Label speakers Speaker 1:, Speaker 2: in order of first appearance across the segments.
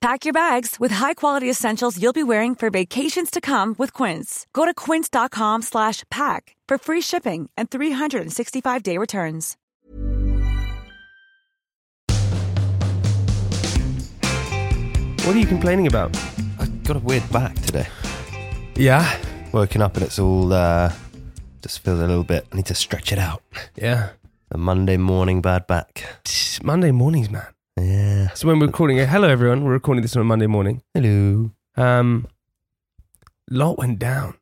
Speaker 1: Pack your bags with high-quality essentials you'll be wearing for vacations to come with Quince. Go to quince.com slash pack for free shipping and 365-day returns.
Speaker 2: What are you complaining about?
Speaker 3: I got a weird back today.
Speaker 2: Yeah,
Speaker 3: Woken up and it's all uh, just feels a little bit. I need to stretch it out.
Speaker 2: yeah.
Speaker 3: The Monday morning bad back.
Speaker 2: It's Monday mornings, man.
Speaker 3: Yeah.
Speaker 2: So when we're recording, uh, hello everyone, we're recording this on a Monday morning.
Speaker 3: Hello.
Speaker 2: Um, lot went down.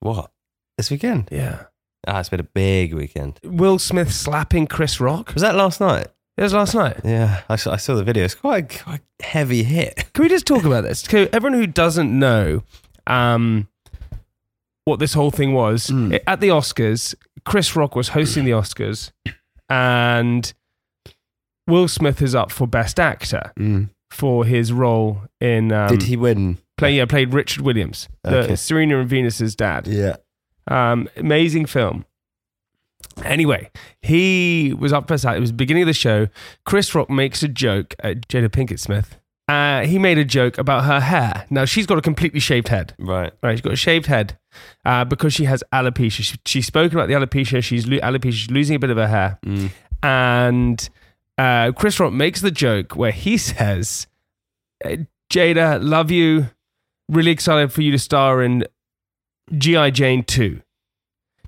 Speaker 3: What? This weekend?
Speaker 2: Yeah.
Speaker 3: Ah, it's been a big weekend.
Speaker 2: Will Smith slapping Chris Rock.
Speaker 3: Was that last night?
Speaker 2: It was last night.
Speaker 3: Yeah, I saw, I saw the video. It's quite a, quite a heavy hit.
Speaker 2: Can we just talk about this? So everyone who doesn't know um, what this whole thing was
Speaker 3: Mm.
Speaker 2: i- at the Oscars, Chris Rock was hosting the Oscars, and Will Smith is up for Best Actor for his role in um,
Speaker 3: Mm. Did he win?
Speaker 2: play, yeah, played Richard Williams, the
Speaker 3: Okay.
Speaker 2: Serena and Venus's dad.
Speaker 3: Yeah.
Speaker 2: Um, amazing film. Anyway, he was up for that. It was the beginning of the show. Chris Rock makes a joke at Jada Pinkett Smith. Uh, he made a joke about her hair. Now she's got a completely shaved head.
Speaker 3: Right.
Speaker 2: Right, she's got a shaved head uh, because she has alopecia. She, she's spoken about the alopecia. She's lo- alopecia. She's losing a bit of her hair. And uh, Chris Rock makes the joke where he says, uh, "Jada, love you. Really excited for you to star in GI Jane 2."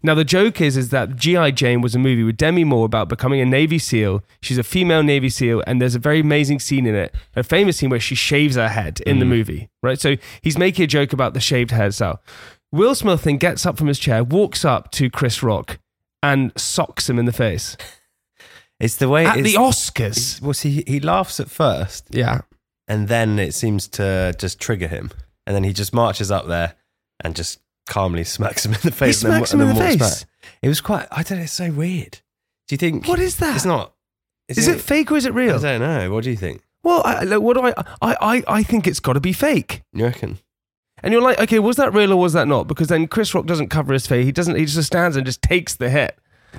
Speaker 2: Now the joke is is that GI Jane was a movie with Demi Moore about becoming a Navy SEAL. She's a female Navy SEAL, and there's a very amazing scene in it, a famous scene where she shaves her head in the movie, right? So he's making a joke about the shaved head style. Will Smith then gets up from his chair, walks up to Chris Rock, and socks him in the face
Speaker 3: It's the way
Speaker 2: at
Speaker 3: it's,
Speaker 2: the Oscars.
Speaker 3: Well, see, he laughs at first,
Speaker 2: Yeah,
Speaker 3: and then it seems to just trigger him, and then he just marches up there and just calmly smacks him in the face. and then-
Speaker 2: smacks
Speaker 3: and
Speaker 2: him
Speaker 3: then,
Speaker 2: in the
Speaker 3: walks
Speaker 2: face.
Speaker 3: back. It was quite. I don't know. It's so weird. Do you think
Speaker 2: What is that?
Speaker 3: It's not.
Speaker 2: is it fake or is it real?
Speaker 3: I don't know. What do you think?
Speaker 2: well, I, like, what do I? I I I think it's got to be fake.
Speaker 3: You reckon?
Speaker 2: And you're like, okay, was that real or was that not? Because then Chris Rock doesn't cover his face. He doesn't. He just stands and just takes the hit.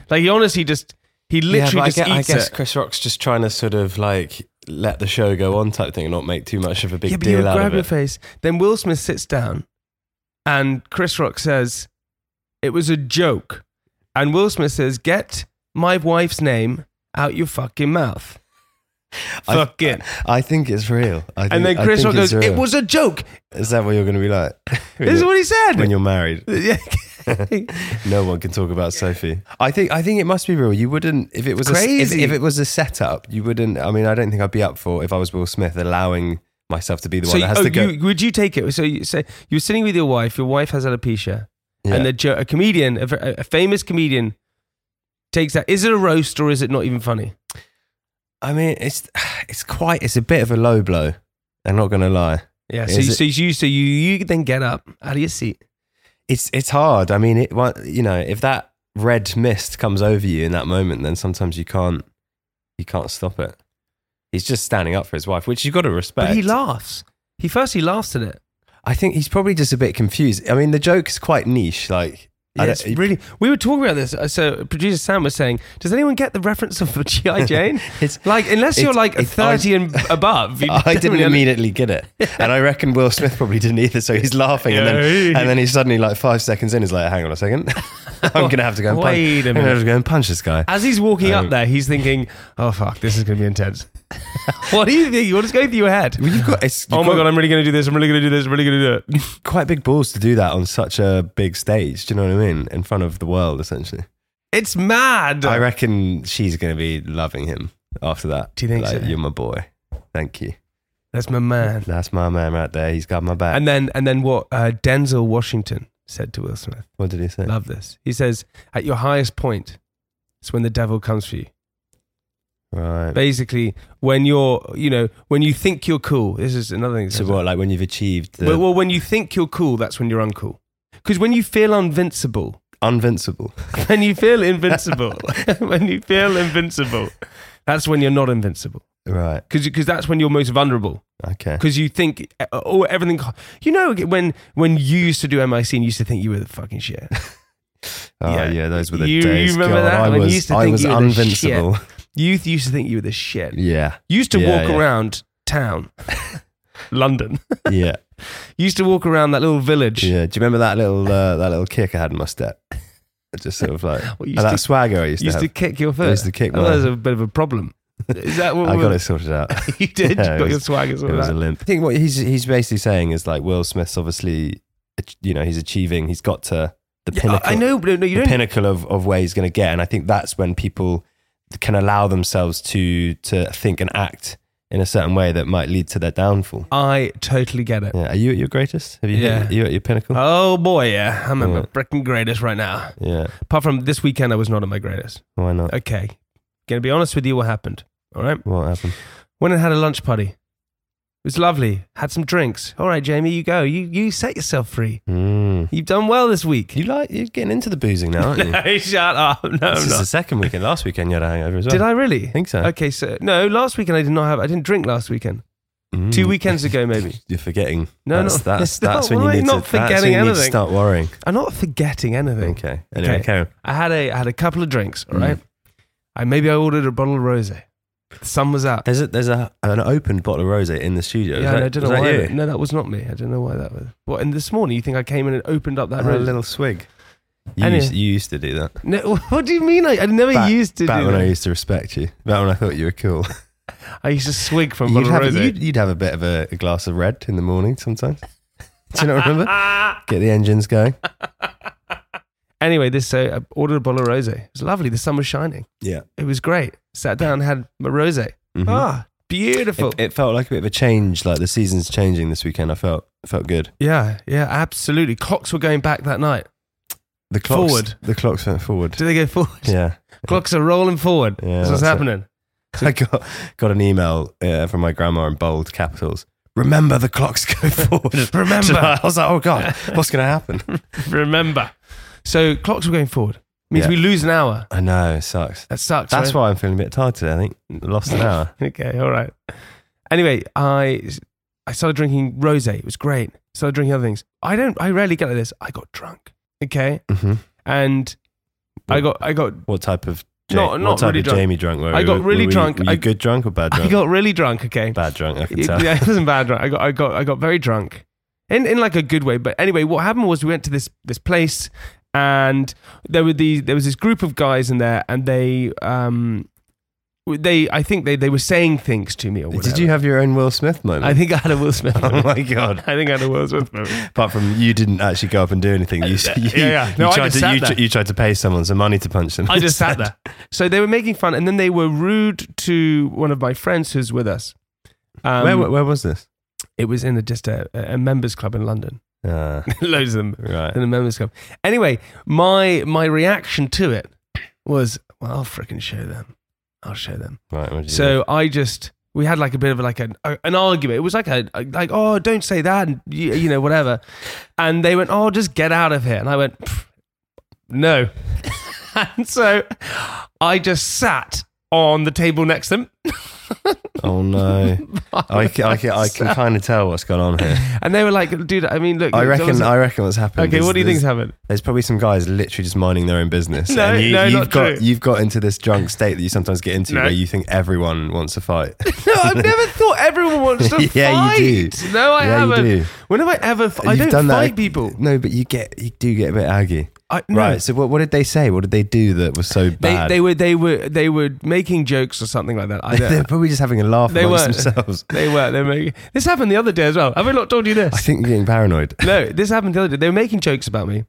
Speaker 2: Like he honestly just he literally
Speaker 3: yeah, but
Speaker 2: just
Speaker 3: I, guess, I
Speaker 2: eats
Speaker 3: guess
Speaker 2: it.
Speaker 3: Chris Rock's just trying to sort of like let the show go on type thing and not make too much of a big
Speaker 2: yeah, but you
Speaker 3: deal out
Speaker 2: grab
Speaker 3: of
Speaker 2: your
Speaker 3: it.
Speaker 2: face. Then Will Smith sits down, and Chris Rock says, "It was a joke." And Will Smith says, "Get my wife's name out your fucking mouth."
Speaker 3: I-
Speaker 2: Fucking.
Speaker 3: I think it's real. I think,
Speaker 2: And then
Speaker 3: I
Speaker 2: Chris Rock
Speaker 3: think
Speaker 2: goes,
Speaker 3: it's
Speaker 2: "It
Speaker 3: real."
Speaker 2: was a joke."
Speaker 3: Is that what you're going to be like? When
Speaker 2: This is
Speaker 3: you're-
Speaker 2: what he said.
Speaker 3: when you're married.
Speaker 2: Yeah.
Speaker 3: No one can talk about Sophie. I think I think it must be real. You wouldn't if it was A,
Speaker 2: Crazy.
Speaker 3: if, if it was a setup. You wouldn't. I mean, I don't think I'd be up for if I was Will Smith allowing myself to be the
Speaker 2: so
Speaker 3: one that has
Speaker 2: oh,
Speaker 3: to go.
Speaker 2: you, would you take it? So you say you're sitting with your wife. Your wife has alopecia,
Speaker 3: Yeah.
Speaker 2: and the jo- a comedian, a, ver- a famous comedian, takes that. Is it a roast or is it not even funny?
Speaker 3: I mean, it's it's quite it's a bit of a low blow. I'm not going to lie.
Speaker 2: Yeah. So
Speaker 3: Is
Speaker 2: you,
Speaker 3: it-
Speaker 2: so you so you you then get up out of your seat.
Speaker 3: It's it's hard. I mean, it wa- you know if that red mist comes over you in that moment, then sometimes you can't you can't stop it. He's just standing up for his wife, which you've got to respect.
Speaker 2: But he laughs. He first he laughs at it.
Speaker 3: I think he's probably just a bit confused. I mean, the joke's quite niche. Like, I
Speaker 2: Yeah,
Speaker 3: don't-
Speaker 2: it's really. We were talking about this. Uh, So producer Sam was saying, "Does anyone get the reference of GI Jane?
Speaker 3: It's-
Speaker 2: like unless you're
Speaker 3: it's-
Speaker 2: like
Speaker 3: it's- I-
Speaker 2: thirty and above. you
Speaker 3: I
Speaker 2: don't
Speaker 3: didn't
Speaker 2: really-
Speaker 3: immediately get it, and I reckon Will Smith probably didn't either. So he's laughing, and then
Speaker 2: Yeah.
Speaker 3: and then he's suddenly like five seconds in, he's like, "Hang on a second, I'm gonna have to go and punch.
Speaker 2: Wait a
Speaker 3: I'm gonna
Speaker 2: minute.
Speaker 3: have to go and punch this guy."
Speaker 2: As he's walking up there, he's thinking, "Oh fuck, this is going to be intense." what do you think? What is going through your head?
Speaker 3: Well, you've got it's, you've
Speaker 2: Oh my
Speaker 3: got
Speaker 2: god, I'm really going to do this. I'm really going to do this. I'm really going to do it.
Speaker 3: quite big balls to do that on such a big stage. Do you know what I mean? In front of the world, essentially.
Speaker 2: It's mad.
Speaker 3: I reckon she's gonna be loving him after that.
Speaker 2: Do you think
Speaker 3: like,
Speaker 2: so?
Speaker 3: You're my boy. Thank you.
Speaker 2: That's my man.
Speaker 3: That's my man right there. He's got my back.
Speaker 2: And then, and then what? Uh, Denzel Washington said to Will Smith,
Speaker 3: what did he say?
Speaker 2: "Love this." He says, "At your highest point, it's when the devil comes for you."
Speaker 3: Right.
Speaker 2: Basically, when you're, you know, when you think you're cool. This is another thing. he
Speaker 3: So
Speaker 2: says.
Speaker 3: what, like when you've achieved the
Speaker 2: well, well, when you think you're cool, that's when you're uncool. Because when you feel invincible,
Speaker 3: Unvincible.
Speaker 2: when you feel invincible, when you feel invincible, that's when you're not invincible.
Speaker 3: Right.
Speaker 2: Because that's when you're most vulnerable.
Speaker 3: Okay.
Speaker 2: Because you think, oh, everything. You know, when when you used to do MIC and you used to think you were the fucking shit.
Speaker 3: Oh
Speaker 2: Yeah.
Speaker 3: yeah, those were the
Speaker 2: You- you
Speaker 3: days.
Speaker 2: remember
Speaker 3: God,
Speaker 2: that?
Speaker 3: I
Speaker 2: When you
Speaker 3: was,
Speaker 2: used to
Speaker 3: I
Speaker 2: think
Speaker 3: was
Speaker 2: you were the
Speaker 3: unvincible.
Speaker 2: Youth used to think you were the shit.
Speaker 3: Yeah,
Speaker 2: You used to
Speaker 3: Yeah,
Speaker 2: walk
Speaker 3: yeah.
Speaker 2: around town, London.
Speaker 3: yeah,
Speaker 2: You used to walk around that little village.
Speaker 3: yeah. Do you remember that little uh, that little kick I had in my step? Just sort of like
Speaker 2: Well, you
Speaker 3: and that
Speaker 2: used to-
Speaker 3: swagger I used,
Speaker 2: You used to
Speaker 3: to have.
Speaker 2: kick your foot.
Speaker 3: used to kick
Speaker 2: Oh,
Speaker 3: mine.
Speaker 2: That was a bit of a problem. Is that what
Speaker 3: I
Speaker 2: we-
Speaker 3: got it sorted out. it
Speaker 2: You did. you
Speaker 3: Yeah, it
Speaker 2: got your
Speaker 3: was-
Speaker 2: swag as well.
Speaker 3: was a limp. I think what he's he's basically saying is like Will Smith's obviously, ach- you know, he's achieving. He's got to the pinnacle.
Speaker 2: I know, but no, you
Speaker 3: the
Speaker 2: don't.
Speaker 3: pinnacle of, of where he's going to get. And I think that's when people can allow themselves to to think and act in a certain way that might lead to their downfall.
Speaker 2: I totally get it.
Speaker 3: Yeah. Are you at your greatest? Have you
Speaker 2: Yeah.
Speaker 3: hit, are you at your pinnacle?
Speaker 2: Oh boy, yeah, I'm at my
Speaker 3: Yeah.
Speaker 2: freaking greatest right now.
Speaker 3: yeah.
Speaker 2: Apart from this weekend, I was not at my greatest.
Speaker 3: Why not?
Speaker 2: Okay, gonna be honest with you, what happened? All right,
Speaker 3: What happened?
Speaker 2: went and had a lunch party. It was lovely. Had some drinks. All right, Jamie, you go. You you set yourself free.
Speaker 3: Mm.
Speaker 2: You've done well this week.
Speaker 3: You like you're getting into the boozing now, aren't you?
Speaker 2: No, shut up. No,
Speaker 3: this
Speaker 2: I'm
Speaker 3: is the
Speaker 2: not.
Speaker 3: second weekend. Last weekend you had a hangover as well.
Speaker 2: Did I really?
Speaker 3: think so.
Speaker 2: Okay, so no, last weekend I did not have. I didn't drink last weekend.
Speaker 3: Mm.
Speaker 2: Two weekends ago, maybe.
Speaker 3: You're forgetting.
Speaker 2: No,
Speaker 3: that's,
Speaker 2: not-
Speaker 3: that's
Speaker 2: no,
Speaker 3: that's when you
Speaker 2: why
Speaker 3: need
Speaker 2: not
Speaker 3: to. That's when
Speaker 2: forgetting
Speaker 3: you need to
Speaker 2: anything?
Speaker 3: start worrying.
Speaker 2: I'm not forgetting anything.
Speaker 3: Okay. Anyway,
Speaker 2: Okay.
Speaker 3: carry on. Mm.
Speaker 2: I had a I had a couple of drinks, all right? I maybe I ordered a bottle of rosé. The sun was out.
Speaker 3: There's a there's a an opened bottle of rosé in the studio.
Speaker 2: yeah,
Speaker 3: was that,
Speaker 2: and I don't
Speaker 3: was
Speaker 2: know
Speaker 3: that
Speaker 2: why.
Speaker 3: you?
Speaker 2: that- No, that was not me. I don't know why that was. What? And this morning, you think I came in and opened up that
Speaker 3: Had a
Speaker 2: rosé?
Speaker 3: little swig. You,
Speaker 2: Anyway.
Speaker 3: used, you used to do that.
Speaker 2: No, what do you mean? I, I never
Speaker 3: Back-
Speaker 2: used to
Speaker 3: back
Speaker 2: do
Speaker 3: when
Speaker 2: that.
Speaker 3: I
Speaker 2: I,
Speaker 3: used to respect you. Back when I thought you were cool.
Speaker 2: used to swig from a
Speaker 3: You'd
Speaker 2: bottle
Speaker 3: have,
Speaker 2: of rosé.
Speaker 3: you'd, you'd have a bit of a, a glass of red in the morning sometimes. Do you not remember? Get the engines going.
Speaker 2: Anyway, this so I ordered a bottle of rosé. It was lovely. The sun was shining.
Speaker 3: Yeah.
Speaker 2: It was great. Sat down, had my rosé.
Speaker 3: Mhm.
Speaker 2: Ah, beautiful.
Speaker 3: It, it felt like a bit of a change. Like the season's changing this weekend. I felt it felt good.
Speaker 2: yeah, yeah, absolutely. Clocks were going back that night.
Speaker 3: The clocks,
Speaker 2: Forward.
Speaker 3: The clocks went forward.
Speaker 2: Do they go forward?
Speaker 3: Yeah.
Speaker 2: Clocks are rolling forward.
Speaker 3: Yeah,
Speaker 2: That's what's
Speaker 3: that's it.
Speaker 2: happening.
Speaker 3: I got got an email uh, from my grandma in bold capitals. Remember the clocks go forward.
Speaker 2: Remember.
Speaker 3: I was like, oh god, what's going to happen?
Speaker 2: Remember. So clocks were going forward. Means
Speaker 3: Yeah.
Speaker 2: we lose an hour.
Speaker 3: I know, it sucks.
Speaker 2: That sucks.
Speaker 3: That's
Speaker 2: right?
Speaker 3: why I'm feeling a bit tired today. I think lost an hour.
Speaker 2: Okay, all right. Anyway, I I started drinking rosé. It was great. Started drinking other things. I don't. I rarely get like this. I got drunk. Okay,
Speaker 3: Mhm.
Speaker 2: and I got I got
Speaker 3: What type of Ja-
Speaker 2: Not- not
Speaker 3: what type
Speaker 2: really
Speaker 3: of
Speaker 2: drunk.
Speaker 3: Jamie drunk? Were
Speaker 2: I
Speaker 3: you-
Speaker 2: got really
Speaker 3: were you-
Speaker 2: drunk.
Speaker 3: Were you
Speaker 2: I-
Speaker 3: good drunk or bad drunk?
Speaker 2: I got really drunk. Okay,
Speaker 3: bad drunk. I can
Speaker 2: It-
Speaker 3: tell.
Speaker 2: yeah, it wasn't bad. Right? I got I got I got very drunk, in in like a good way. But anyway, what happened was we went to this this place, and there were these there was this group of guys in there, and they um they I think they they were saying things to me or whatever.
Speaker 3: Did you have your own Will Smith moment?
Speaker 2: I think I had a Will Smith.
Speaker 3: oh
Speaker 2: moment.
Speaker 3: my god!
Speaker 2: I think I had a Will Smith. moment.
Speaker 3: Apart from you didn't actually go up and do anything. You, you,
Speaker 2: yeah, yeah. No,
Speaker 3: you
Speaker 2: I
Speaker 3: tried
Speaker 2: just
Speaker 3: to
Speaker 2: sat
Speaker 3: you,
Speaker 2: there.
Speaker 3: tr- you tried to pay someone some money to punch them.
Speaker 2: I just sat there. So they were making fun, and then they were rude to one of my friends who's with us. Um,
Speaker 3: where, where was this?
Speaker 2: it was in a, just a, a members club in London.
Speaker 3: Uh,
Speaker 2: Loads of them.
Speaker 3: right.
Speaker 2: in a members club. Anyway, my my reaction to it was, well, I'll fricking show them. I'll show them.
Speaker 3: Right. What did you do?
Speaker 2: So I just we had like a bit of like an an argument. It was like a like oh don't say that and you, you know whatever. And they went oh just get out of here. And I went "Pff, no. and so I just sat on the table next to them.
Speaker 3: oh no. I, ca- I, ca- I can kind of tell what's going on here.
Speaker 2: And they were like, dude, I mean, look.
Speaker 3: I
Speaker 2: it's
Speaker 3: reckon.
Speaker 2: obviously-
Speaker 3: I reckon what's happened.
Speaker 2: okay,
Speaker 3: is
Speaker 2: what do you
Speaker 3: there's-
Speaker 2: think's happened?
Speaker 3: There's probably some guys literally just minding their own business.
Speaker 2: No,
Speaker 3: you,
Speaker 2: no,
Speaker 3: you've
Speaker 2: not
Speaker 3: got
Speaker 2: true.
Speaker 3: you've got into this drunk state that you sometimes get into
Speaker 2: No.
Speaker 3: where you think everyone wants a fight.
Speaker 2: No, I've never thought everyone wants to
Speaker 3: Yeah,
Speaker 2: fight.
Speaker 3: you do.
Speaker 2: No, I
Speaker 3: Yeah, you
Speaker 2: haven't.
Speaker 3: do.
Speaker 2: When have I ever? F- I
Speaker 3: You've
Speaker 2: don't
Speaker 3: done that-
Speaker 2: fight people.
Speaker 3: No, but you get you do get a bit aggy.
Speaker 2: I, no.
Speaker 3: Right. So what, what did they say? What did they do that was so
Speaker 2: They,
Speaker 3: bad?
Speaker 2: they were they were they were making jokes or something like that. I
Speaker 3: are
Speaker 2: don't.
Speaker 3: probably just having a laugh
Speaker 2: They
Speaker 3: amongst
Speaker 2: weren't.
Speaker 3: themselves.
Speaker 2: they were they were making. This happened the other day as well. Have I not told you
Speaker 3: I
Speaker 2: this?
Speaker 3: think you're getting paranoid.
Speaker 2: No, this happened the other day. They were making jokes about me.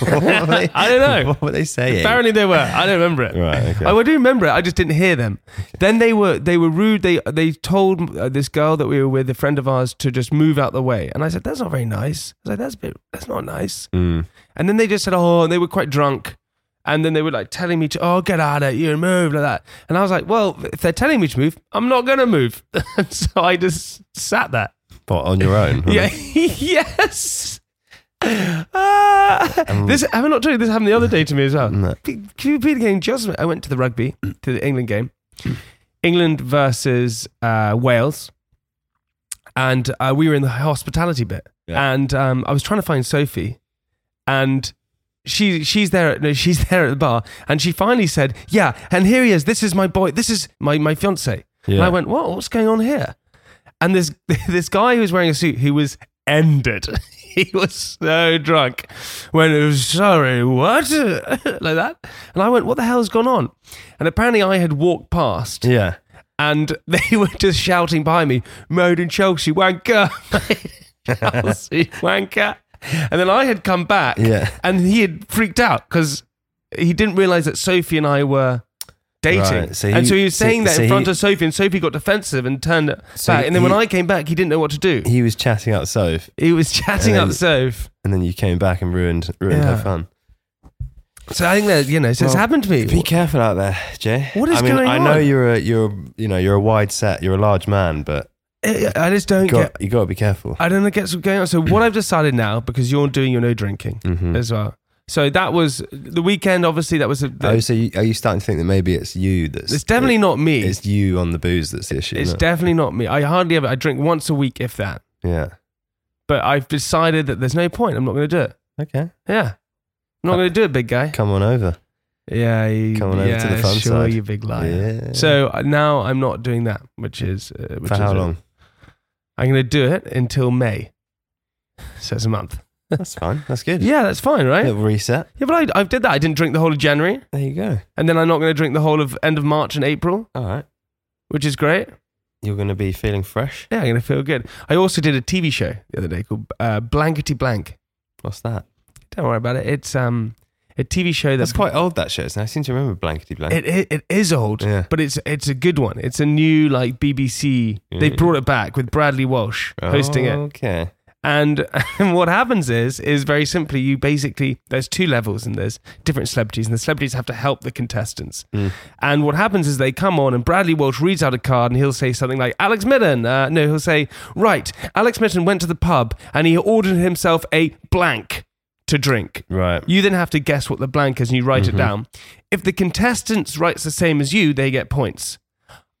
Speaker 3: What were they-
Speaker 2: I don't know.
Speaker 3: What were they saying?
Speaker 2: Apparently they were. I don't remember it. Oh,
Speaker 3: Right, okay.
Speaker 2: I do remember it. I just didn't hear them. Then they were they were rude. They they told uh, this girl that we were with, a friend of ours, to just move out the way. And I said, "That's not very nice." I was like, "That's a bit. That's not nice."
Speaker 3: Mm.
Speaker 2: And then they just said, "Oh," and they were quite drunk. And then they were like telling me to, "Oh, get out of here, move like that." And I was like, "Well, if they're telling me to move, I'm not gonna move." so I just sat there.
Speaker 3: But on your own.
Speaker 2: Yeah. yes. Ah,
Speaker 3: Um,
Speaker 2: this have I not told you this happened the other day to me as well.
Speaker 3: No.
Speaker 2: P- Can you repeat the game just? a minute? I went to the rugby to the England game, England versus uh, Wales, and uh, we were in the hospitality bit,
Speaker 3: Yeah.
Speaker 2: and um, I was trying to find Sophie, and. She she's there no she's there at the bar and she finally said yeah and here he is this is my boy this is my my fiance and
Speaker 3: Yeah.
Speaker 2: I went what what's going on here and this this guy who was wearing a suit who was ended. He was so drunk when it was sorry, what? like that. And I went, what the hell's gone on? And apparently I had walked past
Speaker 3: Yeah.
Speaker 2: and they were just shouting behind me, Mode and Chelsea, wanker. Chelsea, wanker. And then I had come back
Speaker 3: Yeah.
Speaker 2: and he had freaked out because he didn't realize that Sophie and I were dating.
Speaker 3: Right, so
Speaker 2: and
Speaker 3: he-
Speaker 2: so he was
Speaker 3: so-
Speaker 2: saying that
Speaker 3: so
Speaker 2: in front
Speaker 3: he-
Speaker 2: of Sophie and Sophie got defensive and turned
Speaker 3: So
Speaker 2: back. And then when
Speaker 3: he-
Speaker 2: I came back, he didn't know what to do.
Speaker 3: He was chatting out Soph,
Speaker 2: He was chatting
Speaker 3: And
Speaker 2: up
Speaker 3: then-
Speaker 2: Soph.
Speaker 3: and then you came back and ruined ruined
Speaker 2: Yeah.
Speaker 3: her fun.
Speaker 2: So I think that you know, so it's
Speaker 3: Well,
Speaker 2: happened to me.
Speaker 3: Be careful out there, Jay.
Speaker 2: What is
Speaker 3: I mean,
Speaker 2: going
Speaker 3: I know
Speaker 2: on?
Speaker 3: you're a you're a- you know you're a wide set, you're a large man, but
Speaker 2: I I just don't
Speaker 3: you got
Speaker 2: get.
Speaker 3: you got to be careful.
Speaker 2: I don't get what's going on. So what I've decided now, because you're doing your no drinking
Speaker 3: Mhm.
Speaker 2: as well. So that was the weekend. Obviously, that was. A,
Speaker 3: oh, so you, are you starting to think that maybe it's you that's
Speaker 2: it's definitely not me. It's,
Speaker 3: it's you on the booze that's the issue? no?
Speaker 2: definitely not me. I hardly ever. I drink once a week, if that.
Speaker 3: yeah.
Speaker 2: But I've decided that there's no point. I'm not going to do it.
Speaker 3: Okay,
Speaker 2: Yeah, I'm not going to do it, big guy.
Speaker 3: come on over.
Speaker 2: Yeah, you,
Speaker 3: Come on over to
Speaker 2: yeah,
Speaker 3: the fun
Speaker 2: sure,
Speaker 3: side.
Speaker 2: you big liar.
Speaker 3: Yeah.
Speaker 2: So uh, now I'm not doing that, which is uh, which
Speaker 3: For
Speaker 2: is
Speaker 3: how
Speaker 2: a-
Speaker 3: long?
Speaker 2: I'm going to do it until May. So it's a month.
Speaker 3: That's fine. That's good.
Speaker 2: Yeah, that's fine, right?
Speaker 3: Little reset.
Speaker 2: Yeah, but I, I did that. I didn't drink the whole of January,
Speaker 3: There you go.
Speaker 2: and then I'm not going to drink the whole of end of March and April,
Speaker 3: All right.
Speaker 2: which is great.
Speaker 3: You're going to be feeling fresh.
Speaker 2: Yeah, I'm going to feel good. I also did a TV show the other day called uh, Blankety Blank.
Speaker 3: What's that?
Speaker 2: Don't worry about it. It's um a TV show
Speaker 3: That's
Speaker 2: that's
Speaker 3: quite old. That show. isn't it? I seem to remember blankety blank.
Speaker 2: it, it it is old,
Speaker 3: Yeah.
Speaker 2: but it's it's a good one. It's a new like BBC. They
Speaker 3: Mm.
Speaker 2: brought it back with Bradley Walsh hosting it.
Speaker 3: Okay.
Speaker 2: And, and what happens is, is very simply, you basically, there's two levels and there's different celebrities, and the celebrities have to help the contestants. And what happens is they come on, and Bradley Walsh reads out a card, and he'll say something like, Alex Midden. Uh, no, he'll say, Right, Alex Midden went to the pub and he ordered himself a blank to drink.
Speaker 3: Right.
Speaker 2: You then have to guess what the blank is and you write it down. If the contestants writes the same as you, they get points.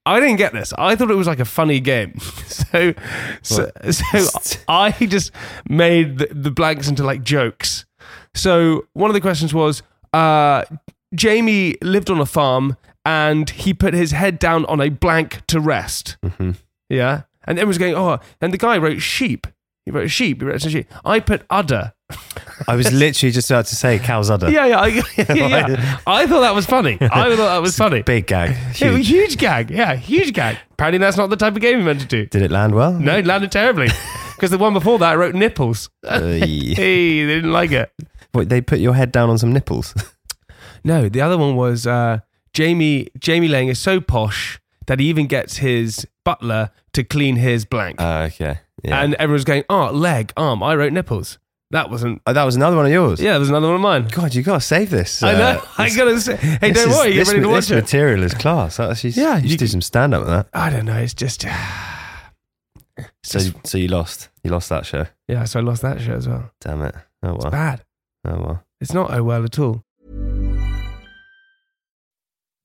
Speaker 2: I didn't get this. I thought it was like a funny game. so so, so I just made the, the blanks into like jokes. So one of the questions was uh, Jamie lived on a farm and he put his head down on a blank to rest. Yeah. And everyone's going, oh, and the guy wrote sheep. He wrote sheep. He wrote sheep. I put udder.
Speaker 3: I was literally just about to say cow's udder.
Speaker 2: Yeah, yeah, I, yeah, yeah. I thought that was funny. I thought that was funny.
Speaker 3: Big gag.
Speaker 2: It was
Speaker 3: Huge.
Speaker 2: a huge gag. Yeah, huge gag. Apparently, that's not the type of game you meant to do.
Speaker 3: Did it land well?
Speaker 2: No, it landed terribly because the one before that I wrote nipples.
Speaker 3: Oy.
Speaker 2: Hey, they didn't like it.
Speaker 3: Wait, they put your head down on some nipples.
Speaker 2: No, the other one was uh, Jamie. Jamie Lang is so posh that he even gets his butler to clean his blank,
Speaker 3: Oh, okay. Yeah.
Speaker 2: and everyone's going, "Oh, leg, arm." I wrote nipples. That wasn't.
Speaker 3: oh, that was another one of yours.
Speaker 2: Yeah, there was another one of mine.
Speaker 3: God, you gotta save this.
Speaker 2: I know.
Speaker 3: Uh,
Speaker 2: I
Speaker 3: this-
Speaker 2: gotta say, hey,
Speaker 3: this
Speaker 2: don't
Speaker 3: is-
Speaker 2: worry. Get
Speaker 3: This,
Speaker 2: ready to
Speaker 3: ma- this
Speaker 2: watch it.
Speaker 3: material is class. That, she's,
Speaker 2: Yeah,
Speaker 3: yeah, you
Speaker 2: you
Speaker 3: should do
Speaker 2: can-
Speaker 3: some stand up with that.
Speaker 2: I don't know. It's just. it's
Speaker 3: So,
Speaker 2: just
Speaker 3: so you lost. You lost that show.
Speaker 2: Yeah, so I lost that show as well.
Speaker 3: Damn it. Oh well. Oh
Speaker 2: Bad.
Speaker 3: well.
Speaker 2: It's not oh well at all.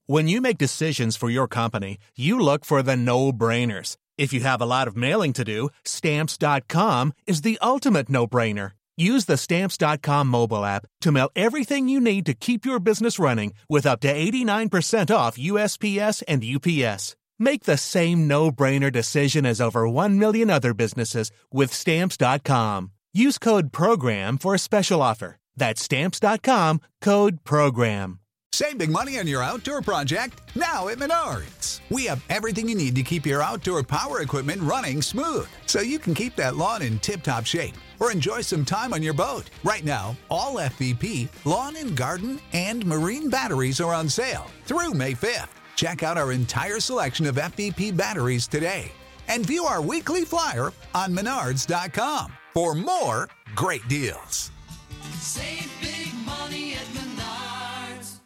Speaker 4: When you make decisions for your company, you look for the no brainers. If you have a lot of mailing to do, stamps.com is the ultimate no brainer. Use the stamps.com mobile app to mail everything you need to keep your business running with up to 89% off USPS and UPS. Make the same no brainer decision as over 1 million other businesses with stamps.com. Use code PROGRAM for a special offer. That's stamps.com code PROGRAM.
Speaker 5: Save big money on your outdoor project now at Menards. We have everything you need to keep your outdoor power equipment running smooth so you can keep that lawn in tip top shape or enjoy some time on your boat. Right now, all FVP, lawn and garden, and marine batteries are on sale through May 5th. Check out our entire selection of FVP batteries today and view our weekly flyer on menards.com for more great deals.
Speaker 6: Save big money at Menards.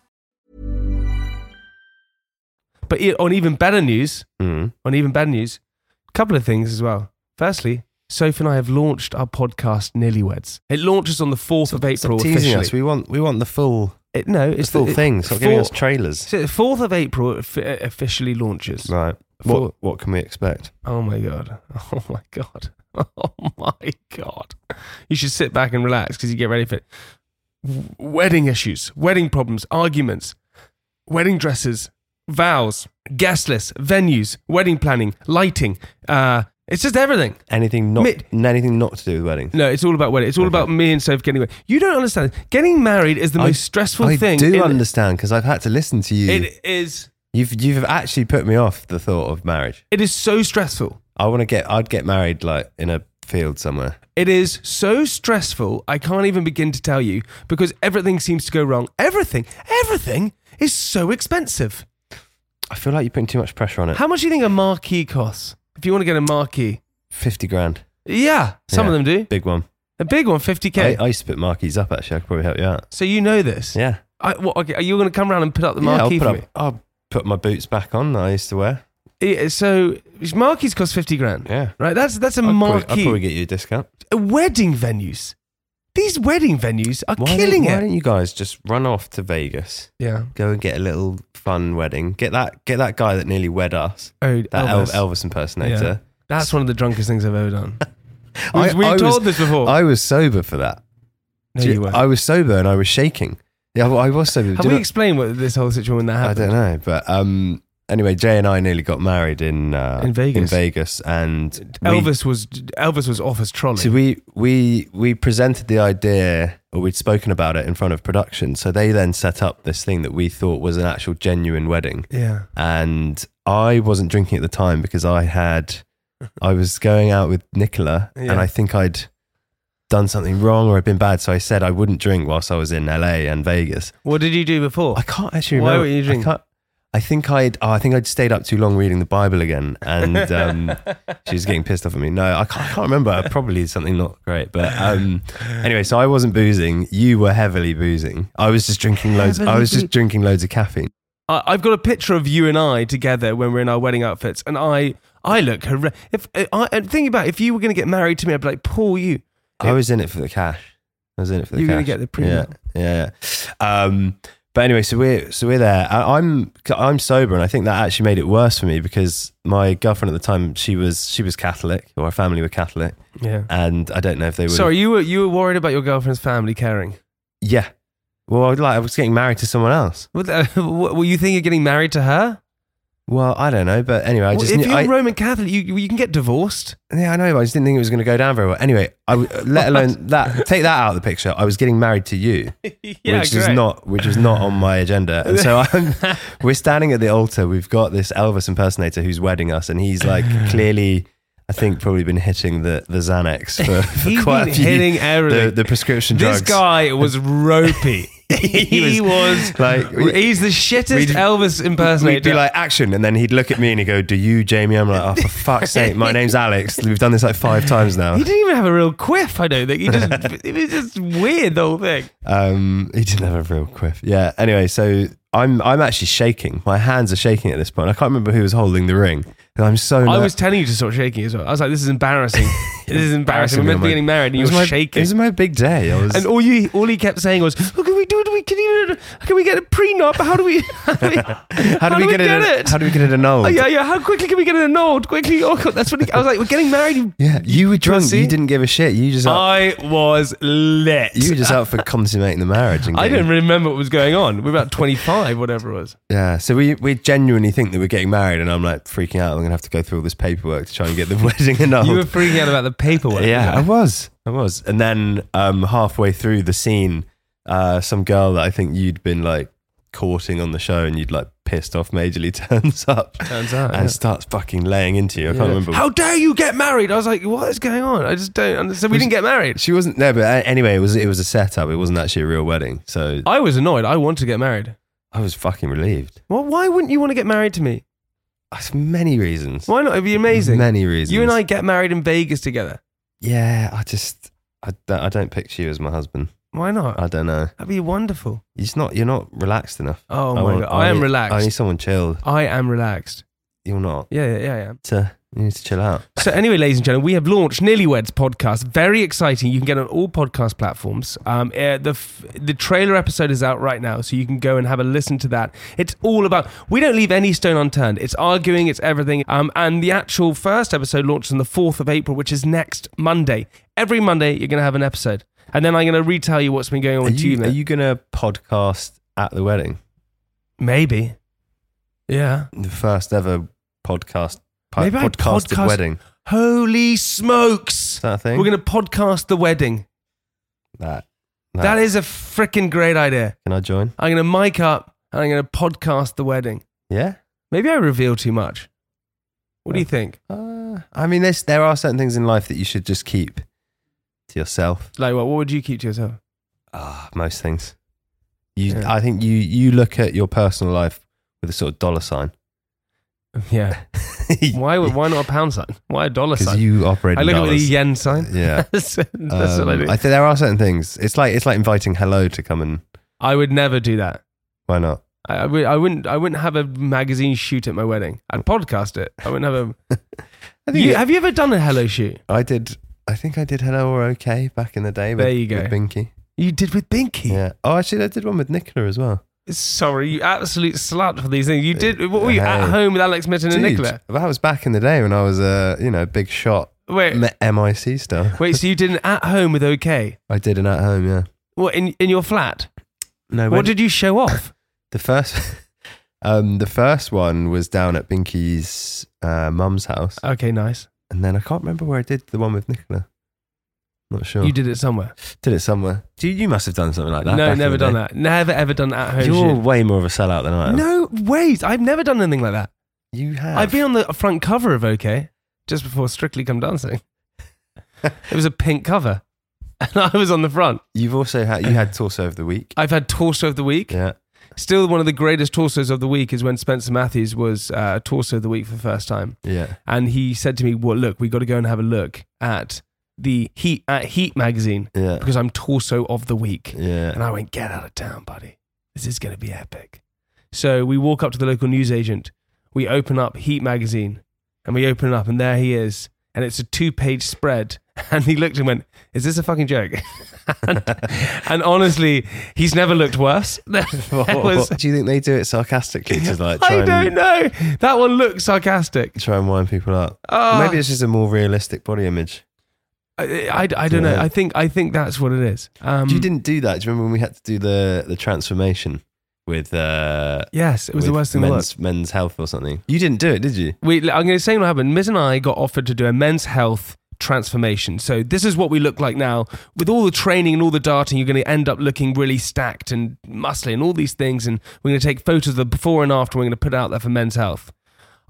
Speaker 2: But e- on even better news,
Speaker 3: Mm. Mm-hmm.
Speaker 2: on even better news, a couple of things as well. Firstly, Sophie and I have launched our podcast, Nillyweds. It launches on the 4th of
Speaker 3: Stop
Speaker 2: April
Speaker 3: teasing
Speaker 2: officially.
Speaker 3: us. We want we want the full
Speaker 2: It- no,
Speaker 3: the
Speaker 2: it's
Speaker 3: full
Speaker 2: the, it-
Speaker 3: thing. Stop giving
Speaker 2: four-
Speaker 3: us trailers.
Speaker 2: So the 4th of April it offi- it officially launches.
Speaker 3: Right.
Speaker 2: Full-
Speaker 3: What what can we expect?
Speaker 2: Oh my God. Oh my God. Oh my God. You should sit back and relax because you get ready for it. W- Wedding issues, wedding problems, arguments, wedding dresses, vows, guest lists, venues, wedding planning, lighting. Uh, it's just everything.
Speaker 3: Anything not
Speaker 2: Mid-
Speaker 3: anything not to do with weddings.
Speaker 2: No, it's all about wedding. It's all
Speaker 3: Okay.
Speaker 2: about me and Soph getting married. You don't understand. Getting married is the
Speaker 3: I-
Speaker 2: most stressful
Speaker 3: I
Speaker 2: thing.
Speaker 3: do
Speaker 2: in-
Speaker 3: understand because I've had to listen to you.
Speaker 2: It is.
Speaker 3: you've you've actually put me off the thought of marriage.
Speaker 2: It is so stressful.
Speaker 3: I want to get. I'd get married like in a field somewhere.
Speaker 2: It is so stressful. I can't even begin to tell you because everything seems to go wrong. Everything, everything is so expensive.
Speaker 3: I feel like you're putting too much pressure on it.
Speaker 2: How much do you think a marquee costs? If you want to get a marquee,
Speaker 3: Fifty grand.
Speaker 2: yeah, some of
Speaker 3: Yeah.
Speaker 2: them do.
Speaker 3: Big one.
Speaker 2: A big one, 50k.
Speaker 3: I, I used to put marquees up actually. I could probably help you out.
Speaker 2: so you know this.
Speaker 3: Yeah.
Speaker 2: I, what, okay, are you going to come around and put up the
Speaker 3: Yeah, I'll
Speaker 2: marquee
Speaker 3: put
Speaker 2: for
Speaker 3: up-
Speaker 2: me?
Speaker 3: I'll put my boots back on that I used to wear.
Speaker 2: Yeah, So marquees cost 50 grand.
Speaker 3: Yeah.
Speaker 2: Right, that's that's a
Speaker 3: I'd
Speaker 2: marquee.
Speaker 3: probably, I'd probably get you a discount.
Speaker 2: wedding venues. These wedding venues are
Speaker 3: Why
Speaker 2: killing
Speaker 3: don't, Why
Speaker 2: it.
Speaker 3: don't you guys just run off to Vegas?
Speaker 2: yeah.
Speaker 3: Go and get a little fun wedding. Get that get that guy that nearly wed us.
Speaker 2: Oh,
Speaker 3: That Elvis,
Speaker 2: Elvis.
Speaker 3: Elvis impersonator.
Speaker 2: That's one of the drunkest things I've ever done.
Speaker 3: I-
Speaker 2: We've, we've
Speaker 3: I was-
Speaker 2: told this before.
Speaker 3: I was sober for that.
Speaker 2: no,
Speaker 3: Do
Speaker 2: you were.
Speaker 3: I was sober and I was shaking. Yeah, well, I was sober.
Speaker 2: Have
Speaker 3: Do you
Speaker 2: we
Speaker 3: know-
Speaker 2: explained what this whole situation when that
Speaker 3: I
Speaker 2: happened?
Speaker 3: don't know, but um, anyway, Jay and I nearly got married in uh,
Speaker 2: In Vegas.
Speaker 3: In Vegas, and we-
Speaker 2: Elvis was Elvis was off his trolley.
Speaker 3: So we we we presented the idea, or we'd spoken about it in front of production. So they then set up this thing that we thought was an actual genuine wedding,
Speaker 2: yeah.
Speaker 3: and I wasn't drinking at the time because I had I was going out with Nicola,
Speaker 2: Yeah.
Speaker 3: and I think I'd done something wrong or had been bad. So I said I wouldn't drink whilst I was in LA and Vegas.
Speaker 2: What did you do before?
Speaker 3: I can't actually
Speaker 2: Why
Speaker 3: remember.
Speaker 2: were you drinking?
Speaker 3: I, can't- I think I'd oh, I think I'd stayed up too long reading the Bible again, and um, she was getting pissed off at me. No, I can't, I can't remember. Probably something not great. But um, anyway, so I wasn't boozing. You were heavily boozing. I was just drinking loads. I was just drinking loads of caffeine.
Speaker 2: I, I've got a picture of you and I together when we're in our wedding outfits, and I I look horre- if uh, I and think about it, if you were going to get married to me, I'd be like, Paul, you
Speaker 3: I was in it for the cash. I was in it for the
Speaker 2: You're
Speaker 3: cash.
Speaker 2: gonna get the prenup.
Speaker 3: Yeah, yeah. Um, but anyway, so we're so we're there. I, I'm I'm sober, and I think that actually made it worse for me because my girlfriend at the time she was she was Catholic, or her family were Catholic,
Speaker 2: yeah.
Speaker 3: and I don't know if they were.
Speaker 2: Sorry, you were you were worried about your girlfriend's family caring.
Speaker 3: Yeah. Well, I'd like I was getting married to someone else.
Speaker 2: What the- what- Were you thinking of getting married to her?
Speaker 3: Well, I don't know, but anyway, I
Speaker 2: Well,
Speaker 3: just
Speaker 2: if
Speaker 3: knew,
Speaker 2: you're
Speaker 3: I,
Speaker 2: Roman Catholic, you you can get divorced.
Speaker 3: yeah, I know, but I just didn't think it was going to go down very well. Anyway, I w- let alone that take that out of the picture. I was getting married to you, which is not which was not on my agenda. And so I'm, we're standing at the altar. We've got this Elvis impersonator who's wedding us, and he's like clearly. I think probably been hitting the, the Xanax for, for
Speaker 2: He's
Speaker 3: quite
Speaker 2: been
Speaker 3: a few
Speaker 2: hitting everything.
Speaker 3: the, the prescription
Speaker 2: This
Speaker 3: drugs.
Speaker 2: guy was ropey. he, was,
Speaker 3: like-
Speaker 2: he's the shittest
Speaker 3: we'd-
Speaker 2: Elvis impersonator.
Speaker 3: We'd be like, action. And then he'd look at me and he'd go, Do you, Jamie? I'm like, Oh, for fuck's sake. My name's Alex. We've done this like five times now.
Speaker 2: he didn't even have a real quiff. I don't think he just it was just weird the whole thing.
Speaker 3: Um, he didn't have a real quiff. Yeah. Anyway, so I'm I'm actually shaking. My hands are shaking at this point. I can't remember who was holding the ring. And I'm so
Speaker 2: I
Speaker 3: ner-
Speaker 2: was telling you to stop shaking as well. I was like, this is embarrassing. this is embarrassing. We're meant to
Speaker 3: my-
Speaker 2: be getting married, and
Speaker 3: it
Speaker 2: you
Speaker 3: was
Speaker 2: were
Speaker 3: my- It
Speaker 2: shaking.
Speaker 3: was my big day. I was,
Speaker 2: and all you, all he kept saying was, "What can we do? Do we can, you, can we get a prenup? How do we? How do we,
Speaker 3: how do we, get, it, How do we get it annulled?
Speaker 2: Oh, yeah, yeah. How quickly can we get an annulled? Quickly. Oh, God, that's what he, I was like. We're getting married. you
Speaker 3: Yeah, You were drunk.
Speaker 2: pussy.
Speaker 3: You didn't give a shit. You just out,
Speaker 2: I was lit.
Speaker 3: you were just out for consummating the marriage. And
Speaker 2: I
Speaker 3: getting-
Speaker 2: didn't remember what was going on. We were about 25, whatever it was.
Speaker 3: Yeah, so we we genuinely think that we're getting married, and I'm like freaking out. I'm gonna have to go through all this paperwork to try and get the wedding annulled.
Speaker 2: You were freaking out about the paperwork.
Speaker 3: Oh. yeah, I was, I was, and then um, halfway through the scene, uh, some girl that I think you'd been like courting on the show, and you'd like pissed off majorly, turns up,
Speaker 2: Turns out,
Speaker 3: and
Speaker 2: yeah.
Speaker 3: starts fucking laying into you. I can't remember.
Speaker 2: How dare you get married? I was like, what is going on? I just don't understand. We didn't get married.
Speaker 3: she wasn't there, but uh, anyway, it was it was a setup. It wasn't actually a real wedding, so
Speaker 2: I was annoyed. I wanted to get married.
Speaker 3: I was fucking relieved.
Speaker 2: Well, why wouldn't you want to get married to me?
Speaker 3: That's many reasons.
Speaker 2: Why not? It'd be amazing.
Speaker 3: Many reasons.
Speaker 2: You and I get married in Vegas together.
Speaker 3: Yeah, I just I don't, I don't picture you as my husband.
Speaker 2: Why not?
Speaker 3: I don't know.
Speaker 2: That'd be wonderful.
Speaker 3: You're just not. You're not relaxed enough.
Speaker 2: Oh my
Speaker 3: want-
Speaker 2: God. I am
Speaker 3: need-
Speaker 2: relaxed.
Speaker 3: I need someone chilled.
Speaker 2: I am relaxed.
Speaker 3: You're not.
Speaker 2: Yeah, yeah, yeah, I am.
Speaker 3: To You need to chill out.
Speaker 2: So anyway, ladies and gentlemen, we have launched Nearly Wed's podcast. Very exciting. You can get on all podcast platforms. Um, eh, the f- the trailer episode is out right now, so you can go and have a listen to that. It's all about. We don't leave any stone unturned. It's arguing. It's everything. Um, and the actual first episode launches on the fourth of April, which is next Monday. Every Monday, you're going to have an episode, and then I'm going to retell you what's been going on
Speaker 3: Are
Speaker 2: with you,
Speaker 3: you, are
Speaker 2: mate.
Speaker 3: you gonna podcast at the wedding?
Speaker 2: Maybe. Yeah.
Speaker 3: The first ever podcast po-
Speaker 2: Maybe I
Speaker 3: podcasted
Speaker 2: podcast-
Speaker 3: wedding. Is
Speaker 2: Holy smokes!
Speaker 3: that a thing?
Speaker 2: We're going to podcast the wedding.
Speaker 3: that,
Speaker 2: That is a freaking great idea.
Speaker 3: Can I join?
Speaker 2: I'm going to mic up and I'm going to podcast the wedding.
Speaker 3: Yeah.
Speaker 2: Maybe I reveal too much. What do you think?
Speaker 3: Uh, I mean, there's, there are certain things in life that you should just keep to yourself.
Speaker 2: Like, what, what would you keep to yourself?
Speaker 3: Ah, most things. You,
Speaker 2: Yeah.
Speaker 3: I think you you look at your personal life with a sort of dollar sign.
Speaker 2: Yeah. Why, would- why not a pound sign? Why a dollar
Speaker 3: Because
Speaker 2: sign?
Speaker 3: you operate.
Speaker 2: I
Speaker 3: in
Speaker 2: look at the
Speaker 3: dollars.
Speaker 2: yen sign.
Speaker 3: Yeah.
Speaker 2: that's that's what I
Speaker 3: Um,
Speaker 2: do.
Speaker 3: I think there are certain things. It's like it's like inviting hello to come and
Speaker 2: I would never do that.
Speaker 3: why not?
Speaker 2: I, I, would, I wouldn't. I wouldn't have a magazine shoot at my wedding. I'd podcast it. I wouldn't have
Speaker 3: I
Speaker 2: a.
Speaker 3: think
Speaker 2: You,
Speaker 3: it-
Speaker 2: have you ever done a hello shoot?
Speaker 3: I did. I think I did hello or okay back in the day. With,
Speaker 2: There you go.
Speaker 3: With Binky.
Speaker 2: You did with Binky.
Speaker 3: Yeah. Oh, actually, I did one with Nicola as well.
Speaker 2: Sorry, you absolute slut for these things. You did. What were you at
Speaker 3: Hey.
Speaker 2: home with Alex Mitten and
Speaker 3: Dude,
Speaker 2: Nicola?
Speaker 3: That was back in the day when I was a you know big shot
Speaker 2: Wait,
Speaker 3: M- MIC stuff.
Speaker 2: wait. So you did an at home with OK?
Speaker 3: I did an at home. Yeah.
Speaker 2: What in in your flat?
Speaker 3: No.
Speaker 2: What did you show off?
Speaker 3: the first? um, the first one was down at Binky's uh, mum's house,
Speaker 2: Okay, nice.
Speaker 3: and then I can't remember where I did the one with Nicola. Not sure.
Speaker 2: You did it somewhere.
Speaker 3: did it somewhere. Dude, you must have done something like that.
Speaker 2: no,
Speaker 3: back in
Speaker 2: never
Speaker 3: the
Speaker 2: done
Speaker 3: day.
Speaker 2: that. Never ever done at home.
Speaker 3: You're
Speaker 2: shit.
Speaker 3: way more of a sellout than I am.
Speaker 2: No ways. I've never done anything like that.
Speaker 3: you have.
Speaker 2: I've been on the front cover of OK just before Strictly Come Dancing. it was a pink cover, and I was on the front.
Speaker 3: You've also had you had torso of the week.
Speaker 2: I've had torso of the week.
Speaker 3: Yeah.
Speaker 2: Still, one of the greatest torsos of the week is when Spencer Matthews was uh, torso of the week for the first time,
Speaker 3: Yeah.
Speaker 2: and he said to me, "Well, look, we got to go and have a look at the Heat at Heat magazine
Speaker 3: Yeah.
Speaker 2: because I'm torso of the week."
Speaker 3: Yeah.
Speaker 2: And I went, "Get out of town, buddy. This is going to be epic." So we walk up to the local newsagent. We open up Heat magazine, and we open it up, and there he is, and it's a two-page spread. And he looked and went, "Is this a fucking joke?" and, and honestly, he's never looked worse. There was-
Speaker 3: do you think they do it sarcastically to like try
Speaker 2: I
Speaker 3: and
Speaker 2: don't know. That one looks sarcastic.
Speaker 3: try and wind people up?
Speaker 2: Ah.
Speaker 3: Maybe it's just a more realistic body image.
Speaker 2: I, I, I don't know.
Speaker 3: Yeah.
Speaker 2: I think I think that's what it is. Um,
Speaker 3: you didn't do that. Do you remember when we had to do the the transformation with uh
Speaker 2: Yes, it was the
Speaker 3: with
Speaker 2: worst thing in the world.
Speaker 3: men's, men's health or something? You didn't do it, did you?
Speaker 2: We, I'm going to say what happened. Miz and I got offered to do a men's health transformation. So this is what we look like now. With all the training and all the darting, you're going to end up looking really stacked and muscly and all these things. And we're going to take photos of the before and after. We're going to put it out there for men's health.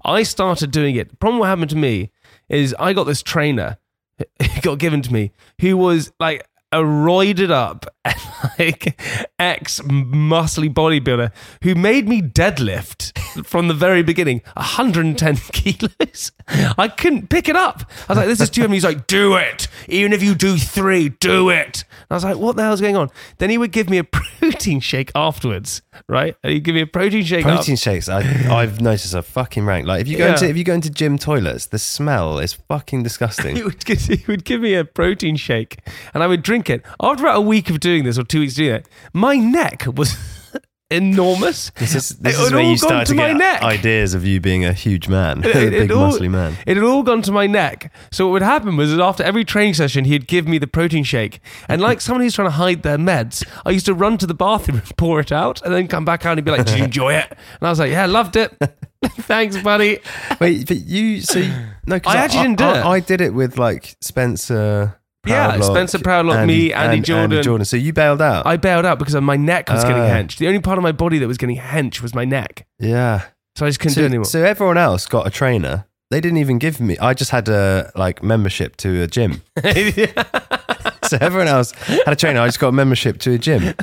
Speaker 2: I started doing it. The problem what happened to me is I got this trainer, it got given to me, who was like a roided up, like ex muscly bodybuilder who made me deadlift from the very beginning 110 kilos. I couldn't pick it up. I was like, this is too heavy. He's like, do it. Even if you do three, do it. And I was like, what the hell's going on? Then he would give me a protein shake afterwards, right? And he'd give me a protein shake. up.
Speaker 3: Protein shakes, I, I've noticed are fucking rank. Like if you go
Speaker 2: Yeah.
Speaker 3: into if you go into gym toilets, the smell is fucking disgusting.
Speaker 2: he would, give, he would give me a protein shake and I would drink it. After about a week of doing this or two weeks of doing it, my neck was enormous.
Speaker 3: This is, this
Speaker 2: it
Speaker 3: is
Speaker 2: had
Speaker 3: where
Speaker 2: all
Speaker 3: you
Speaker 2: gone
Speaker 3: start
Speaker 2: to
Speaker 3: to
Speaker 2: my
Speaker 3: get
Speaker 2: neck.
Speaker 3: ideas of you being a huge man,
Speaker 2: It-
Speaker 3: a
Speaker 2: it- it
Speaker 3: big
Speaker 2: all-
Speaker 3: muscly man.
Speaker 2: It had all gone to my neck. So what would happen was that after every training session, he'd give me the protein shake. And like someone who's trying to hide their meds, I used to run to the bathroom and pour it out and then come back out and he'd be like, Did you enjoy it? And I was like, Yeah, loved it. Thanks, buddy.
Speaker 3: Wait, but you so you- no, 'cause
Speaker 2: I actually didn't do
Speaker 3: I,
Speaker 2: it.
Speaker 3: I did it with like Spencer.
Speaker 2: Yeah,
Speaker 3: Proudlock,
Speaker 2: Spencer Proudlock, me, Andy Jordan.
Speaker 3: Jordan. So you bailed out.
Speaker 2: I bailed out because my neck was getting
Speaker 3: Ah.
Speaker 2: henched. The only part of my body that was getting henched was my neck.
Speaker 3: yeah.
Speaker 2: So I just couldn't do it
Speaker 3: So,
Speaker 2: anymore.
Speaker 3: so everyone else got a trainer. They didn't even give me. I just had a like membership to a gym. so everyone else had a trainer. I just got a membership to a gym.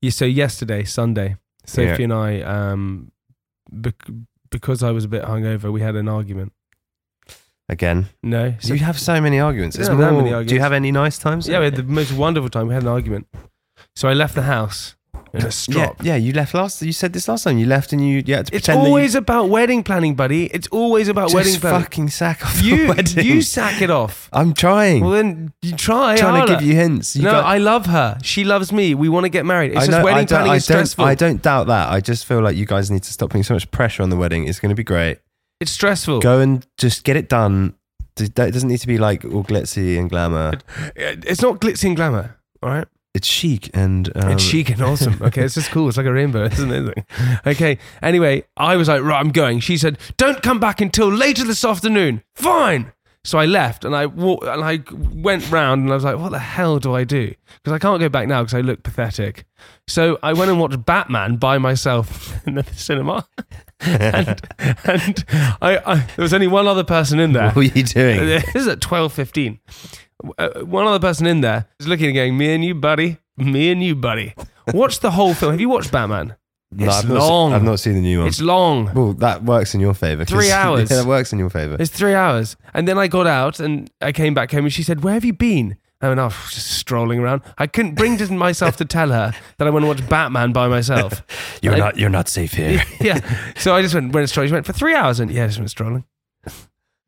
Speaker 2: Yeah, so yesterday, Sunday, Sophie
Speaker 3: Yeah.
Speaker 2: and I, um, bec- because I was a bit hungover, we had an argument.
Speaker 3: Again,
Speaker 2: No, so,
Speaker 3: you have so many arguments. It's
Speaker 2: Yeah, that
Speaker 3: more-
Speaker 2: many
Speaker 3: Do you
Speaker 2: arguments.
Speaker 3: have any nice times?
Speaker 2: yeah, we had the most wonderful time. We had an argument. So I left the house and a
Speaker 3: Yeah,
Speaker 2: strop.
Speaker 3: yeah, you left last. You said this last time. You left and you, you had to
Speaker 2: It's
Speaker 3: pretend. that you-
Speaker 2: always about wedding planning, buddy. It's always about
Speaker 3: just
Speaker 2: wedding planning.
Speaker 3: fucking sack off the
Speaker 2: you
Speaker 3: wedding.
Speaker 2: you sack it off.
Speaker 3: I'm trying.
Speaker 2: Well then, you try.
Speaker 3: Trying to
Speaker 2: harder.
Speaker 3: give you hints. You
Speaker 2: no,
Speaker 3: got-
Speaker 2: I love her. She loves me. We want to get married. It's
Speaker 3: I
Speaker 2: just
Speaker 3: know-
Speaker 2: wedding
Speaker 3: I don't,
Speaker 2: planning
Speaker 3: I
Speaker 2: is
Speaker 3: don't,
Speaker 2: stressful.
Speaker 3: I don't doubt that. I just feel like you guys need to stop putting so much pressure on the wedding. It's going to be great.
Speaker 2: It's stressful.
Speaker 3: Go and just get it done. D- that- It doesn't need to be like all glitzy and glamour.
Speaker 2: It's not glitzy and glamour. All right.
Speaker 3: It's chic and um,
Speaker 2: it's chic and awesome. Okay, it's just cool. It's like a rainbow, isn't it? Okay. Anyway, I was like, right, I'm going. She said, don't come back until later this afternoon. Fine. So I left and I walked and I went round and I was like, what the hell do I do? Because I can't go back now because I look pathetic. So I went and watched Batman by myself in the cinema, and, and I, I there was only one other person in there.
Speaker 3: What were you doing?
Speaker 2: this is at twelve fifteen. Uh, one other person in there is looking and going, "Me and you, buddy. Me and you, buddy." Watch the whole film. Have you watched Batman?
Speaker 3: No,
Speaker 2: it's
Speaker 3: I've not se-
Speaker 2: long.
Speaker 3: I've not seen the new one.
Speaker 2: It's long.
Speaker 3: well, that works in your favor. 'cause-
Speaker 2: Three hours.
Speaker 3: Yeah, that works in your favor.
Speaker 2: It's three hours. And then I got out and I came back home and she said, Where have you been? I went, Oh, just strolling around. I couldn't bring it myself to tell her that I went to watch Batman by myself.
Speaker 3: You're
Speaker 2: I-
Speaker 3: not. You're not safe here.
Speaker 2: yeah. So I just went, went strolling. She went, For three hours. And yeah, I just went strolling.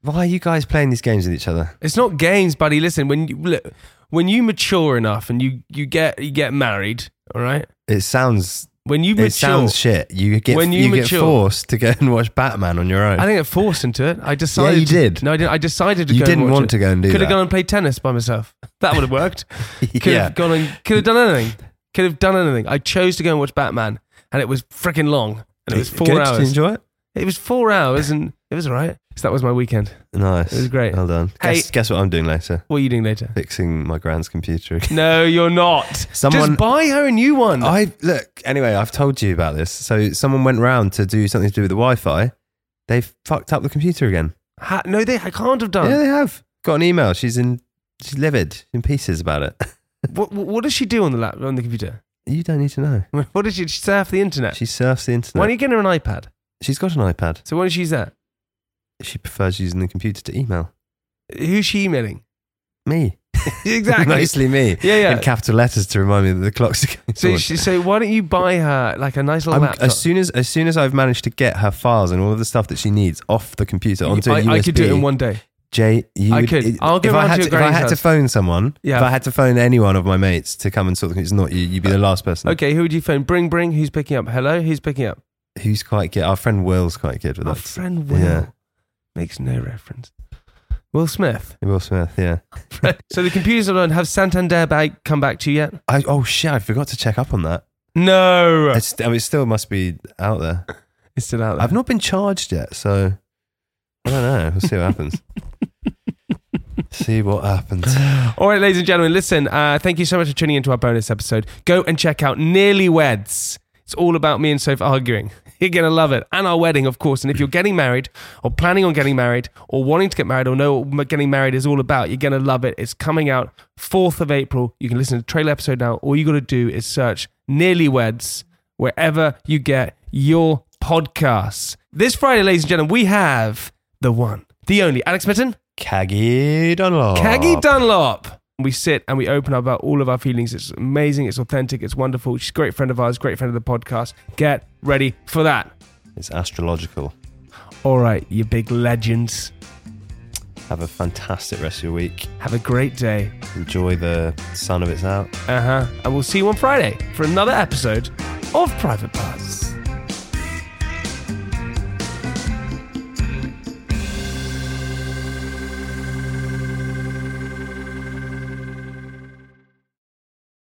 Speaker 3: Why are you guys playing these games with each other?
Speaker 2: It's not games, buddy. Listen, when you look, when you mature enough and you you get you get married, all right.
Speaker 3: It sounds.
Speaker 2: When you
Speaker 3: It
Speaker 2: mature,
Speaker 3: sounds shit. You get.
Speaker 2: When you
Speaker 3: you get
Speaker 2: mature-
Speaker 3: forced to go and watch Batman on your own.
Speaker 2: I didn't get forced into it. I decided.
Speaker 3: you did.
Speaker 2: No, I didn't. I decided to.
Speaker 3: You
Speaker 2: go and
Speaker 3: didn't
Speaker 2: watch
Speaker 3: want
Speaker 2: it.
Speaker 3: to go and do
Speaker 2: Could have
Speaker 3: that.
Speaker 2: gone and played tennis by myself. That would have worked. Could
Speaker 3: Yeah.
Speaker 2: have gone and could have done anything. Could have done anything. I chose to go and watch Batman, and it was freaking long, and it was four
Speaker 3: Good, Did you
Speaker 2: hours.
Speaker 3: enjoy it?
Speaker 2: it was four hours, and it was all right. So that was my weekend.
Speaker 3: Nice.
Speaker 2: It was great.
Speaker 3: Well done.
Speaker 2: Hey-
Speaker 3: Guess, guess what I'm doing later?
Speaker 2: What are you doing later?
Speaker 3: Fixing my grand's computer again.
Speaker 2: No, you're not.
Speaker 3: Someone-
Speaker 2: Just buy her a new one.
Speaker 3: I look. Anyway, I've told you about this. So someone went round to do something to do with the Wi-Fi. They've fucked up the computer again.
Speaker 2: Ha- no, they I can't have done.
Speaker 3: Yeah, they have. Got an email. She's in. She's livid in pieces about it.
Speaker 2: What, what, what does she do on the lap, on the computer?
Speaker 3: you don't need to know.
Speaker 2: What does she, she surf the internet?
Speaker 3: She surfs the internet.
Speaker 2: why don't you get her an iPad?
Speaker 3: She's got an iPad.
Speaker 2: So why don't she use that?
Speaker 3: She prefers using the computer to email
Speaker 2: Who's she emailing?
Speaker 3: me.
Speaker 2: Exactly.
Speaker 3: Mostly me.
Speaker 2: Yeah, yeah.
Speaker 3: In capital letters to remind me that the clock's going.
Speaker 2: So,
Speaker 3: towards-
Speaker 2: she, so why don't you buy her like a nice little
Speaker 3: I'm-
Speaker 2: laptop?
Speaker 3: as soon as as soon as I've managed to get her files and all of the stuff that she needs off the computer onto a
Speaker 2: I,
Speaker 3: USB,
Speaker 2: I could do it in one day.
Speaker 3: Jay, you
Speaker 2: I
Speaker 3: would-
Speaker 2: could.
Speaker 3: it-
Speaker 2: I'll go
Speaker 3: if I
Speaker 2: round
Speaker 3: had
Speaker 2: to
Speaker 3: to,
Speaker 2: your
Speaker 3: if I had
Speaker 2: granny's
Speaker 3: to
Speaker 2: house.
Speaker 3: phone someone,
Speaker 2: Yeah. Uh,
Speaker 3: if I had to phone any one of my mates to come and sort the it's not you. You'd be the last person.
Speaker 2: Okay, who would you phone? Bring, bring. Who's picking up? Hello, who's picking up?
Speaker 3: Who's quite good? Our friend Will's quite good with
Speaker 2: Our
Speaker 3: that.
Speaker 2: friend Will
Speaker 3: Yeah.
Speaker 2: makes no reference. Will Smith.
Speaker 3: Will Smith. Yeah.
Speaker 2: so the computers alone have Santander Bank come back to you yet?
Speaker 3: I, oh shit! I forgot to check up on that.
Speaker 2: No, it's,
Speaker 3: It's, I mean, it still must be out there.
Speaker 2: still out there.
Speaker 3: I've not been charged yet, so I don't know. We'll see what happens. see what happens.
Speaker 2: All right, ladies and gentlemen, listen, uh, thank you so much for tuning into our bonus episode. Go and check out Nearly Weds. It's all about me and Soph arguing. You're going to love it. And our wedding, of course. And if you're getting married or planning on getting married or wanting to get married or know what getting married is all about, you're going to love it. It's coming out 4th of April. You can listen to the trailer episode now. All you got to do is search Nearly Weds wherever you get your podcasts. This Friday, ladies and gentlemen, we have the one, the only Alex Mitten.
Speaker 3: Caggy Dunlop.
Speaker 2: Kagi Dunlop. We sit and we open up about all of our feelings. It's amazing. It's authentic. It's wonderful. She's a great friend of ours, great friend of the podcast. Get ready for that.
Speaker 3: It's astrological.
Speaker 2: All right, you big legends.
Speaker 3: Have a fantastic rest of your week.
Speaker 2: Have a great day. Uh-huh.
Speaker 3: Enjoy the sun of its out.
Speaker 2: Uh huh. And we'll see you on Friday for another episode of Private Parts.